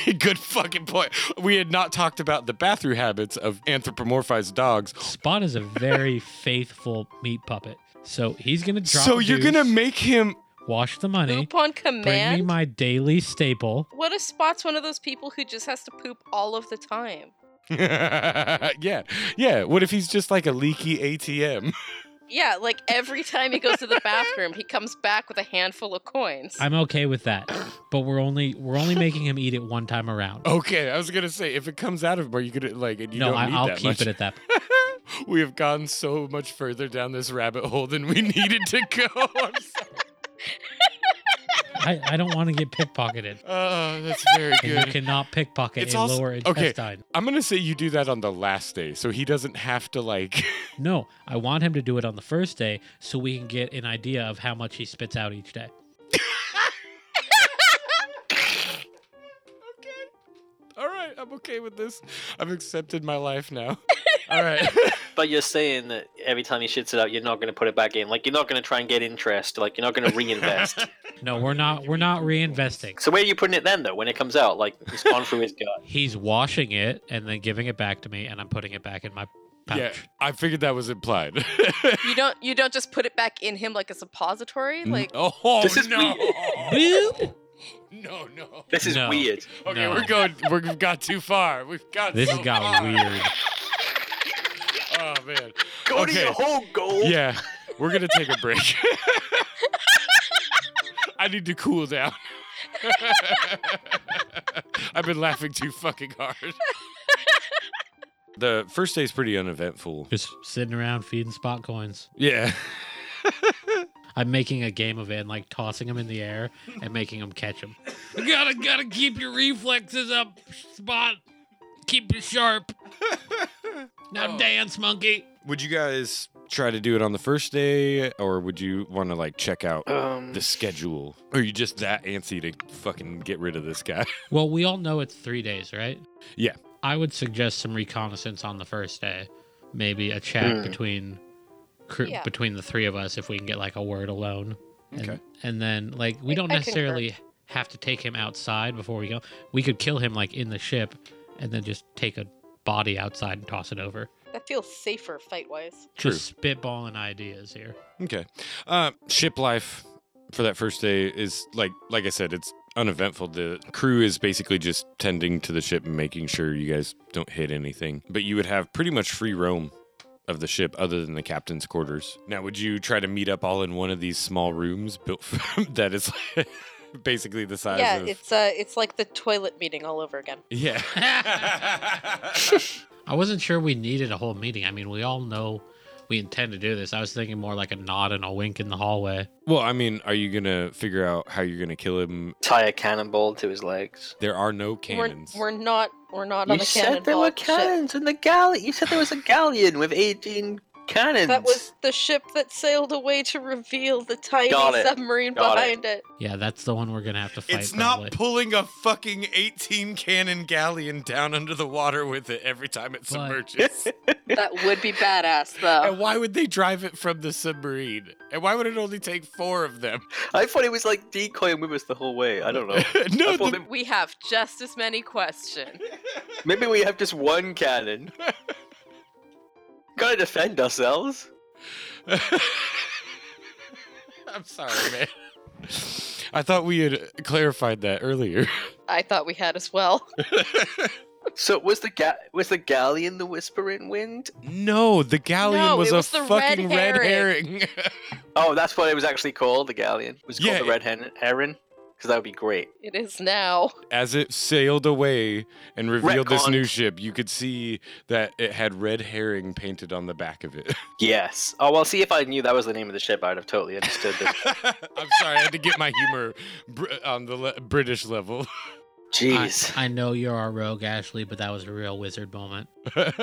[SPEAKER 2] Good fucking point. We had not talked about the bathroom habits of anthropomorphized dogs.
[SPEAKER 3] Spot is a very faithful meat puppet, so he's gonna drop.
[SPEAKER 2] so
[SPEAKER 3] a
[SPEAKER 2] you're
[SPEAKER 3] deuce,
[SPEAKER 2] gonna make him
[SPEAKER 3] wash the money,
[SPEAKER 4] Poop on
[SPEAKER 3] bring me
[SPEAKER 4] command.
[SPEAKER 3] my daily staple.
[SPEAKER 4] What if Spot's one of those people who just has to poop all of the time?
[SPEAKER 2] Yeah. Yeah. What if he's just like a leaky ATM?
[SPEAKER 4] Yeah, like every time he goes to the bathroom, he comes back with a handful of coins.
[SPEAKER 3] I'm okay with that, but we're only we're only making him eat it one time around.
[SPEAKER 2] Okay, I was gonna say if it comes out of him, are you gonna like and Oh, you
[SPEAKER 3] no,
[SPEAKER 2] don't
[SPEAKER 3] I,
[SPEAKER 2] need
[SPEAKER 3] I'll
[SPEAKER 2] that
[SPEAKER 3] keep
[SPEAKER 2] much.
[SPEAKER 3] it at that.
[SPEAKER 2] we have gone so much further down this rabbit hole than we needed to go. I'm sorry.
[SPEAKER 3] I, I don't want to get pickpocketed.
[SPEAKER 2] Oh, that's very
[SPEAKER 3] And
[SPEAKER 2] good.
[SPEAKER 3] you cannot pickpocket
[SPEAKER 2] It's
[SPEAKER 3] a
[SPEAKER 2] also-
[SPEAKER 3] lower
[SPEAKER 2] okay.
[SPEAKER 3] intestine.
[SPEAKER 2] I'm gonna say you do that on the last day, so he doesn't have to like.
[SPEAKER 3] No, I want him to do it on the first day so we can get an idea of how much he spits out each day.
[SPEAKER 2] All right, I'm okay with this. I've accepted my life now. All right.
[SPEAKER 5] But you're saying that every time he shits it out, you're not gonna put it back in. Like you're not gonna try and get interest. Like you're not gonna reinvest.
[SPEAKER 3] No, we're not. We're not reinvesting.
[SPEAKER 5] so where are you putting it then, though? When it comes out, like it's gone through his gut.
[SPEAKER 3] He's washing it and then giving it back to me, and I'm putting it back in my pouch.
[SPEAKER 2] Yeah, I figured that was implied.
[SPEAKER 4] You don't you don't just put it back in him like a suppository?
[SPEAKER 5] Mm-hmm.
[SPEAKER 4] Like
[SPEAKER 2] oh
[SPEAKER 5] This is
[SPEAKER 2] no!
[SPEAKER 3] Boop.
[SPEAKER 2] no, no.
[SPEAKER 5] This is
[SPEAKER 3] No.
[SPEAKER 5] weird.
[SPEAKER 2] Okay,
[SPEAKER 3] No.
[SPEAKER 2] we're going. We've got too far. We've got.
[SPEAKER 3] This
[SPEAKER 2] so
[SPEAKER 3] got
[SPEAKER 2] far.
[SPEAKER 3] weird.
[SPEAKER 2] Oh man.
[SPEAKER 5] Go
[SPEAKER 2] Okay.
[SPEAKER 5] to your whole goal.
[SPEAKER 2] Yeah, we're gonna take a break. I need to cool down. I've been laughing too fucking hard. The first day's pretty uneventful.
[SPEAKER 3] Just sitting around feeding spot coins.
[SPEAKER 2] Yeah.
[SPEAKER 3] I'm making a game of it and like tossing them in the air and making them catch them. gotta gotta keep your reflexes up, spot. Keep it sharp. Now dance, monkey.
[SPEAKER 2] Would you guys try to do it on the first day, or would you want to like check out
[SPEAKER 5] Um,
[SPEAKER 2] the schedule? Or are you just that antsy to fucking get rid of this guy?
[SPEAKER 3] Well, we all know it's three days, right?
[SPEAKER 2] Yeah.
[SPEAKER 3] I would suggest some reconnaissance on the first day, maybe a chat
[SPEAKER 5] Hmm.
[SPEAKER 3] between cr-
[SPEAKER 4] Yeah.
[SPEAKER 3] between the three of us if we can get like a word alone. And,
[SPEAKER 2] Okay.
[SPEAKER 3] And then like we
[SPEAKER 4] I-
[SPEAKER 3] don't
[SPEAKER 4] I concur.
[SPEAKER 3] necessarily have to take him outside before we go. We could kill him like in the ship, and then just take a body outside and toss it over.
[SPEAKER 4] That feels safer fight wise.
[SPEAKER 3] Just spitballing ideas here.
[SPEAKER 2] Okay. Uh, ship life for that first day is like like I said, it's uneventful. The crew is basically just tending to the ship and making sure you guys don't hit anything. But you would have pretty much free roam of the ship other than the captain's quarters. Now, would you try to meet up all in one of these small rooms built from, that is basically the size
[SPEAKER 4] Yeah,
[SPEAKER 2] of
[SPEAKER 4] it's uh, it's like the toilet meeting all over again.
[SPEAKER 2] Yeah.
[SPEAKER 3] I wasn't sure we needed a whole meeting. I mean, we all know we intend to do this. I was thinking more like a nod and a wink in the hallway.
[SPEAKER 2] well, I mean, are you going to figure out how you're going to kill him?
[SPEAKER 5] tie a cannonball to his legs.
[SPEAKER 2] There are no
[SPEAKER 4] We're,
[SPEAKER 2] cannons.
[SPEAKER 4] we're not we're not on
[SPEAKER 5] You
[SPEAKER 4] the
[SPEAKER 5] said there were
[SPEAKER 4] cannonball ship.
[SPEAKER 5] cannons in the galleon. You said there was a galleon with 18 cannons.
[SPEAKER 4] That was the ship that sailed away to reveal the tiny
[SPEAKER 5] Got it.
[SPEAKER 4] submarine
[SPEAKER 5] Got it.
[SPEAKER 4] behind it.
[SPEAKER 3] Yeah, that's the one we're gonna have to fight.
[SPEAKER 2] It's not
[SPEAKER 3] probably.
[SPEAKER 2] pulling a fucking 18 cannon galleon down under the water with it every time it submerges.
[SPEAKER 4] That would be badass,
[SPEAKER 2] and
[SPEAKER 4] though.
[SPEAKER 2] why would they drive it from the submarine? And why would it only take four of them?
[SPEAKER 5] I thought it was like decoying with us the whole way. I don't know.
[SPEAKER 2] no,
[SPEAKER 5] I thought
[SPEAKER 2] the-
[SPEAKER 5] may-
[SPEAKER 4] We have just as many questions.
[SPEAKER 5] maybe we have just one cannon. Gotta defend ourselves.
[SPEAKER 2] I'm sorry, man. I thought we had clarified that earlier.
[SPEAKER 4] I thought we had as well.
[SPEAKER 5] So was the ga- was the galleon the Whispering Wind?
[SPEAKER 2] No, the galleon
[SPEAKER 4] No,
[SPEAKER 2] was
[SPEAKER 4] it
[SPEAKER 2] a
[SPEAKER 4] was the red
[SPEAKER 2] fucking red
[SPEAKER 4] herring.
[SPEAKER 2] herring.
[SPEAKER 5] Oh, that's what it was actually called. The galleon it was called
[SPEAKER 2] Yeah,
[SPEAKER 5] the
[SPEAKER 2] it-
[SPEAKER 5] Red Hen- Heron because that would be great.
[SPEAKER 4] It is now.
[SPEAKER 2] as it sailed away and revealed this new
[SPEAKER 5] Retconned.
[SPEAKER 2] ship, you could see that it had red herring painted on the back of it.
[SPEAKER 5] Yes. Oh well, see if I knew that was the name of the ship, I'd have totally understood this.
[SPEAKER 2] I'm sorry, I had to get my humor br- on the le- British level.
[SPEAKER 3] I,
[SPEAKER 5] Jeez.
[SPEAKER 3] I know you're our rogue, Ashley, but that was a real wizard moment.
[SPEAKER 2] God.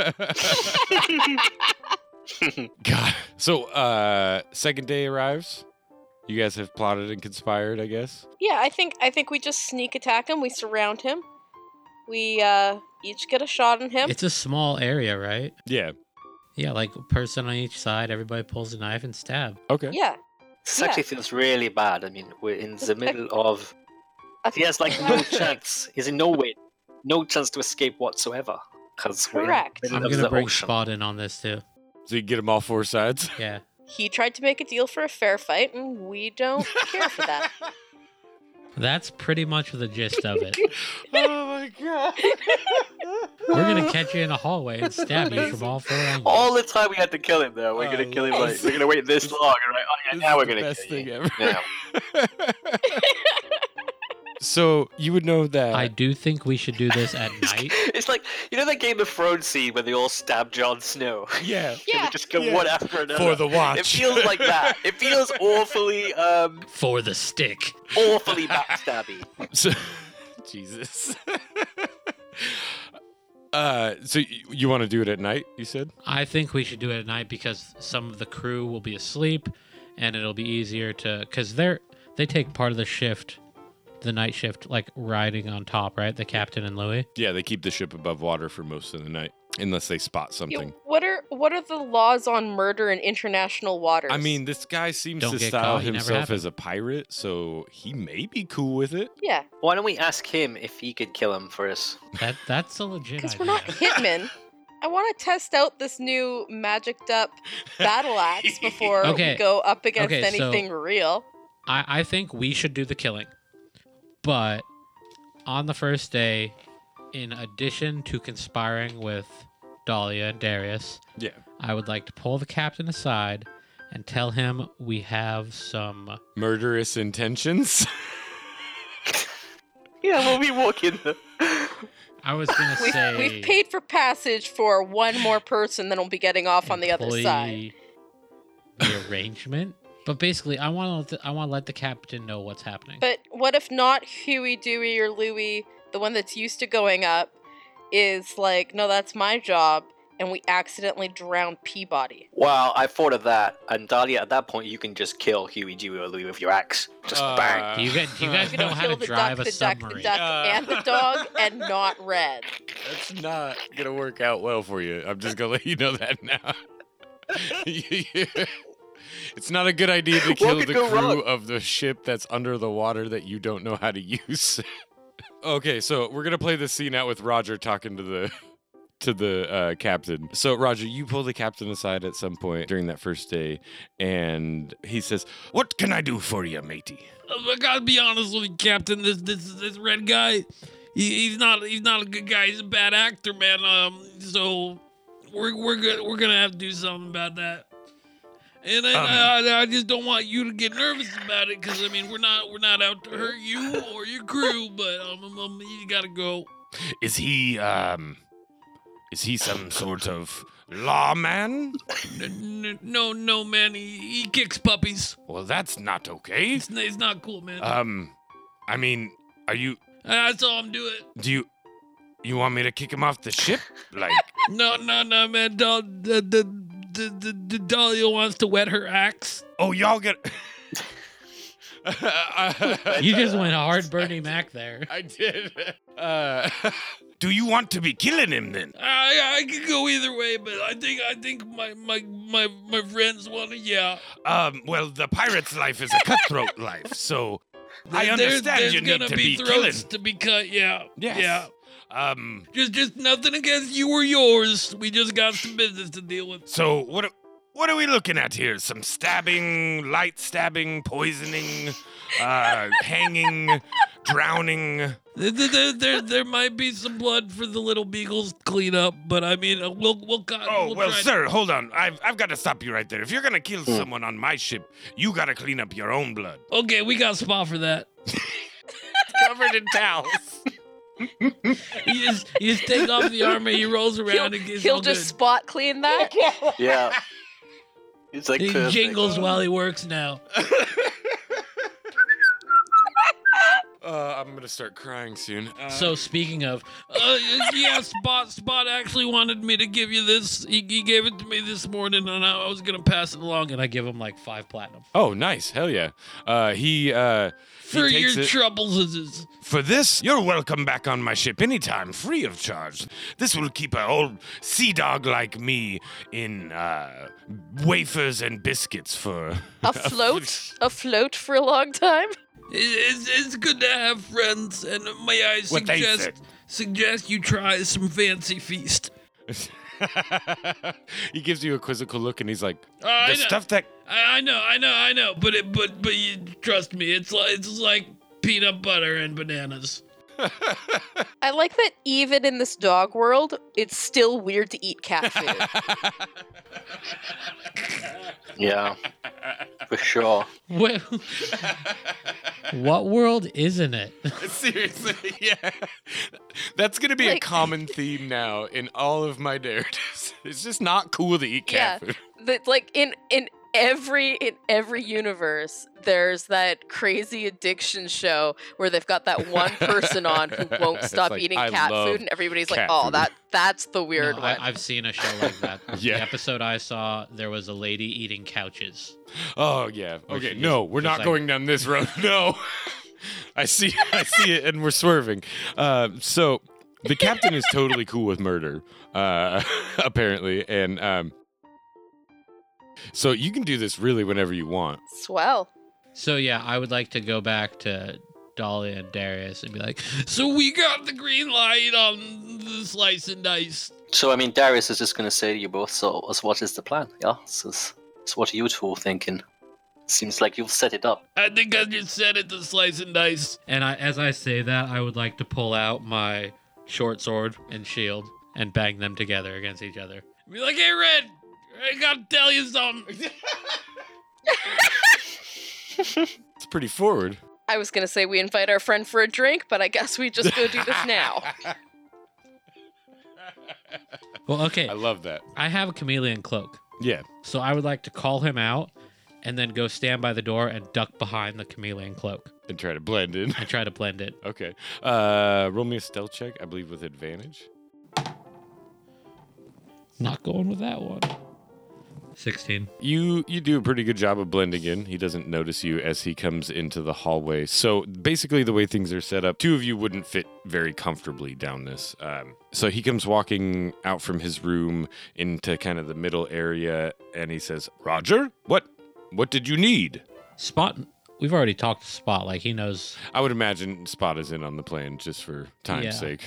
[SPEAKER 2] So, uh, second day arrives. You guys have plotted and conspired, I guess.
[SPEAKER 4] Yeah, I think I think we just sneak attack him. We surround him. We uh, each get a shot on him.
[SPEAKER 3] It's a small area, right?
[SPEAKER 2] Yeah.
[SPEAKER 3] Yeah, like person on each side. Everybody pulls a knife and stab.
[SPEAKER 2] Okay.
[SPEAKER 4] yeah,
[SPEAKER 5] This actually feels really bad. I mean, we're in the middle of.
[SPEAKER 4] I
[SPEAKER 5] He has like no chance. He's in no way, no chance to escape whatsoever. Because we're in
[SPEAKER 4] Correct.
[SPEAKER 5] the
[SPEAKER 3] I'm
[SPEAKER 5] middle of
[SPEAKER 3] gonna
[SPEAKER 5] the
[SPEAKER 3] bring
[SPEAKER 5] ocean.
[SPEAKER 3] Spot in on this too.
[SPEAKER 2] So you get them all four sides.
[SPEAKER 3] Yeah,
[SPEAKER 4] he tried to make a deal for a fair fight, and we don't care Oh, for that.
[SPEAKER 3] that's pretty much the gist of it.
[SPEAKER 2] oh my god.
[SPEAKER 3] We're gonna catch you in a hallway and stab you from all four angles.
[SPEAKER 5] All the time we had to kill him, though. We're
[SPEAKER 2] Oh,
[SPEAKER 5] gonna kill him.
[SPEAKER 2] Lord.
[SPEAKER 5] Like, we're gonna wait this long, and like, oh, yeah,
[SPEAKER 2] This
[SPEAKER 5] now
[SPEAKER 2] is the
[SPEAKER 5] we're gonna
[SPEAKER 2] best
[SPEAKER 5] kill
[SPEAKER 2] thing
[SPEAKER 5] you.
[SPEAKER 2] ever.
[SPEAKER 5] Now.
[SPEAKER 2] so you would know that
[SPEAKER 3] I do think we should do this at night.
[SPEAKER 5] It's like you know that Game of Thrones scene where they all stab Jon Snow.
[SPEAKER 2] yeah
[SPEAKER 5] And
[SPEAKER 4] Yeah,
[SPEAKER 5] they just go
[SPEAKER 2] Yeah.
[SPEAKER 5] one after another.
[SPEAKER 2] for the watch.
[SPEAKER 5] it feels like that. It feels awfully, um,
[SPEAKER 3] For the stick.
[SPEAKER 5] awfully backstabby.
[SPEAKER 2] So, Jesus. uh, so y- you want to do it at night? You said.
[SPEAKER 3] I think we should do it at night because some of the crew will be asleep, and it'll be easier to because they're they take part of the shift, the night shift, like riding on top, right? The captain and Louis.
[SPEAKER 2] Yeah, they keep the ship above water for most of the night, unless they spot
[SPEAKER 4] Yeah,
[SPEAKER 2] something.
[SPEAKER 4] what are what are the laws on murder in international waters?
[SPEAKER 2] I mean, this guy seems
[SPEAKER 3] Don't
[SPEAKER 2] to
[SPEAKER 3] get
[SPEAKER 2] style
[SPEAKER 3] caught, it never
[SPEAKER 2] himself
[SPEAKER 3] happened.
[SPEAKER 2] as a pirate, so he may be cool with it.
[SPEAKER 4] yeah,
[SPEAKER 5] Why don't we ask him if he could kill him for us?
[SPEAKER 3] That that's a legit.
[SPEAKER 4] because
[SPEAKER 3] Because
[SPEAKER 4] we're not hitmen. I want to test out this new magicked up battle axe before
[SPEAKER 3] Okay.
[SPEAKER 4] we go up against
[SPEAKER 3] Okay, so-
[SPEAKER 4] anything real.
[SPEAKER 3] I I think we should do the killing, but on the first day, in addition to conspiring with Dahlia and Darius,
[SPEAKER 2] Yeah.
[SPEAKER 3] I would like to pull the captain aside and tell him we have some.
[SPEAKER 2] Murderous intentions.
[SPEAKER 5] Yeah, well, we walk in. The...
[SPEAKER 3] I was gonna
[SPEAKER 4] We've,
[SPEAKER 3] say
[SPEAKER 4] we've paid for passage for one more person that'll be getting off on the other side.
[SPEAKER 3] employee- The arrangement, but basically, I want to I want to let the captain know what's happening.
[SPEAKER 4] But what if not Huey, Dewey, or Louie, the one that's used to going up, is like, no, that's my job, and we accidentally drown Peabody.
[SPEAKER 5] Well, I thought of that, and Dahlia, at that point, you can just kill Huey, Dewey, or Louie with your axe. Just bang.
[SPEAKER 2] Uh,
[SPEAKER 3] Do you guys, do you guys
[SPEAKER 2] You
[SPEAKER 3] know
[SPEAKER 4] Don't
[SPEAKER 3] how to
[SPEAKER 4] kill the
[SPEAKER 3] drive
[SPEAKER 4] duck,
[SPEAKER 3] a
[SPEAKER 4] the duck, the
[SPEAKER 3] submarine?
[SPEAKER 4] duck,
[SPEAKER 2] Uh.
[SPEAKER 4] and the dog, and not Red.
[SPEAKER 2] That's not gonna work out well for you. I'm just gonna let you know that now. it's not a good idea to kill
[SPEAKER 5] could
[SPEAKER 2] the
[SPEAKER 5] go
[SPEAKER 2] crew
[SPEAKER 5] wrong?
[SPEAKER 2] of the ship that's under the water that you don't know how to use. okay, so we're gonna play this scene out with Roger talking to the to the uh, captain. So Roger, you pull the captain aside at some point during that first day, and he says,
[SPEAKER 7] What can I do for you, matey?
[SPEAKER 6] Oh, I gotta be honest with you, Captain. This this this red guy, he, he's not he's not a good guy. He's a bad actor, man. Um, so we're we're good. We're gonna have to do something about that. And I, I, I just don't want you to get nervous about it, cause I mean we're not we're not out to hurt you or your crew, but um, um, um, you gotta go.
[SPEAKER 7] Is he um is he some sort of lawman?
[SPEAKER 6] N- n- No, no, man. He, he kicks puppies.
[SPEAKER 7] Well, that's not okay.
[SPEAKER 6] It's, n- it's not cool, man.
[SPEAKER 7] Um I mean, are you
[SPEAKER 6] I I saw him do it.
[SPEAKER 7] do you you want me to kick him off the ship? Like
[SPEAKER 6] No, no, no, man. Doll, the, the, the, the, the Dahlia wants to wet her axe.
[SPEAKER 7] oh, y'all get
[SPEAKER 3] You just went hard Bernie Mac there.
[SPEAKER 2] "I did." Uh,
[SPEAKER 7] Do you want to be killing him then?
[SPEAKER 6] I, I could go either way, but I think I think my my my, my friends want to. Yeah,
[SPEAKER 7] Um, well, the pirate's life is a cutthroat life, so I
[SPEAKER 6] There-
[SPEAKER 7] understand
[SPEAKER 6] there's
[SPEAKER 7] you need
[SPEAKER 6] gonna
[SPEAKER 7] to
[SPEAKER 6] be,
[SPEAKER 7] be killing.
[SPEAKER 6] throats to be cut. Yeah,
[SPEAKER 7] Yes.
[SPEAKER 6] yeah.
[SPEAKER 7] Um,
[SPEAKER 6] Just just nothing against you or yours. We just got some business to deal with.
[SPEAKER 7] so what? a- What are we looking at here? Some stabbing, light stabbing, poisoning, uh, hanging, drowning.
[SPEAKER 6] There, there- there, there, there might be some blood for the little beagles to clean up, but I mean, uh, we'll we'll cut.
[SPEAKER 7] Oh
[SPEAKER 6] we'll
[SPEAKER 7] well,
[SPEAKER 6] try-
[SPEAKER 7] sir, hold on. I've I've got to stop you right there. If you're gonna kill someone on my ship, you gotta clean up your own blood.
[SPEAKER 6] Okay, we got a spot for that.
[SPEAKER 7] Covered in towels.
[SPEAKER 6] You just you just take off the armor. He rolls around
[SPEAKER 4] He'll,
[SPEAKER 6] and gets
[SPEAKER 4] he'll
[SPEAKER 6] all
[SPEAKER 4] just
[SPEAKER 6] good.
[SPEAKER 4] spot clean that.
[SPEAKER 5] yeah. It's like
[SPEAKER 6] He
[SPEAKER 5] perfect.
[SPEAKER 6] jingles while he works now.
[SPEAKER 2] uh, I'm gonna start crying soon.
[SPEAKER 3] So speaking of,
[SPEAKER 6] Uh, yeah, Spot Spot actually wanted me to give you this. He, he gave it to me this morning, and I was gonna pass it along
[SPEAKER 3] and I give him like five platinum.
[SPEAKER 2] Oh, nice. Hell yeah. Uh, he, uh,
[SPEAKER 6] for
[SPEAKER 2] takes
[SPEAKER 6] your
[SPEAKER 2] it-
[SPEAKER 6] troubles. Is is-
[SPEAKER 7] For this, you're welcome back on my ship anytime, free of charge. This will keep an old sea dog like me in uh, wafers and biscuits for.
[SPEAKER 4] Afloat, afloat for a long time.
[SPEAKER 6] it- it's, it's good to have friends, and may I
[SPEAKER 7] What they
[SPEAKER 6] suggest
[SPEAKER 7] said.
[SPEAKER 6] suggest you try some fancy feast.
[SPEAKER 2] he gives you a quizzical look and he's like,
[SPEAKER 6] Uh, I,
[SPEAKER 7] the
[SPEAKER 6] know,
[SPEAKER 7] stuff that.
[SPEAKER 6] I, I know, I know, I know, but it, but but you trust me, it's like it's like peanut butter and bananas.
[SPEAKER 4] I like that even in this dog world, it's still weird to eat cat food.
[SPEAKER 5] Yeah. For sure.
[SPEAKER 3] Wh- what world isn't it?
[SPEAKER 2] seriously, yeah. That's going to be a
[SPEAKER 4] Like-
[SPEAKER 2] common theme now in all of my narratives. It's just not cool to eat cat
[SPEAKER 4] Yeah.
[SPEAKER 2] food.
[SPEAKER 4] that like in in every in every universe there's that crazy addiction show where they've got that one person on who won't
[SPEAKER 2] It's
[SPEAKER 4] stop
[SPEAKER 2] like,
[SPEAKER 4] eating
[SPEAKER 2] "I
[SPEAKER 4] cat
[SPEAKER 2] love
[SPEAKER 4] food and everybody's like
[SPEAKER 2] cat
[SPEAKER 4] oh
[SPEAKER 2] food."
[SPEAKER 4] that that's the weird
[SPEAKER 3] No,
[SPEAKER 4] one
[SPEAKER 3] I, I've seen a show like that.
[SPEAKER 2] Yeah.
[SPEAKER 3] The episode I saw, there was a lady eating couches.
[SPEAKER 2] Oh, yeah. Okay,
[SPEAKER 3] should
[SPEAKER 2] no,
[SPEAKER 3] just-
[SPEAKER 2] we're
[SPEAKER 3] just
[SPEAKER 2] not
[SPEAKER 3] like-
[SPEAKER 2] going down this road. No. I see I see it and we're swerving. Uh, so the captain is totally cool with murder, uh, apparently, and um, so you can do this really whenever you want.
[SPEAKER 4] swell
[SPEAKER 3] So yeah, I would like to go back to Dahlia and Darius and be like,
[SPEAKER 6] So we got the green light on the slice and dice.
[SPEAKER 5] So, I mean, Darius is just going to say to you both, so, so what is the plan? Yeah? So, so what are you two thinking? Seems like you've set it up.
[SPEAKER 6] I think I just said it to slice and dice.
[SPEAKER 3] and I, as I say that, I would like to pull out my short sword and shield and bang them together against each other.
[SPEAKER 6] Be like, hey, Red, I gotta tell you something.
[SPEAKER 2] It's pretty forward.
[SPEAKER 4] i was gonna say we invite our friend for a drink but i guess we just go do this now
[SPEAKER 3] Well, okay,
[SPEAKER 2] I love that.
[SPEAKER 3] I have a chameleon cloak,
[SPEAKER 2] Yeah.
[SPEAKER 3] so I would like to call him out and then go stand by the door and duck behind the chameleon cloak
[SPEAKER 2] And try to blend in.
[SPEAKER 3] and try to blend it.
[SPEAKER 2] Okay. Uh roll me a stealth check, I believe with advantage.
[SPEAKER 3] Not going with that one. 16.
[SPEAKER 2] You you do a pretty good job of blending in. He doesn't notice you as he comes into the hallway. So basically, the way things are set up, two of you wouldn't fit very comfortably down this. Um, so he comes walking out from his room into kind of the middle area, and he says, "Roger, what what did you need?"
[SPEAKER 3] Spot. We've already talked to Spot. Like, he knows.
[SPEAKER 2] I would imagine Spot is in on the plan just for time's sake.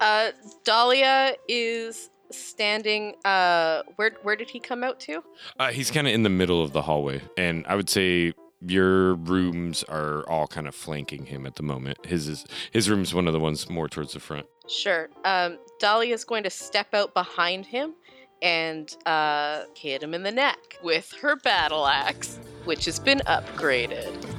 [SPEAKER 4] Uh, Dahlia is standing. Uh, where where did he come out to?
[SPEAKER 2] Uh, he's kind of in the middle of the hallway, and I would say your rooms are all kind of flanking him at the moment. His is, his room's one of the ones more towards the front.
[SPEAKER 4] Sure. Um, Dahlia is going to step out behind him and uh, hit him in the neck with her battle axe, which has been upgraded.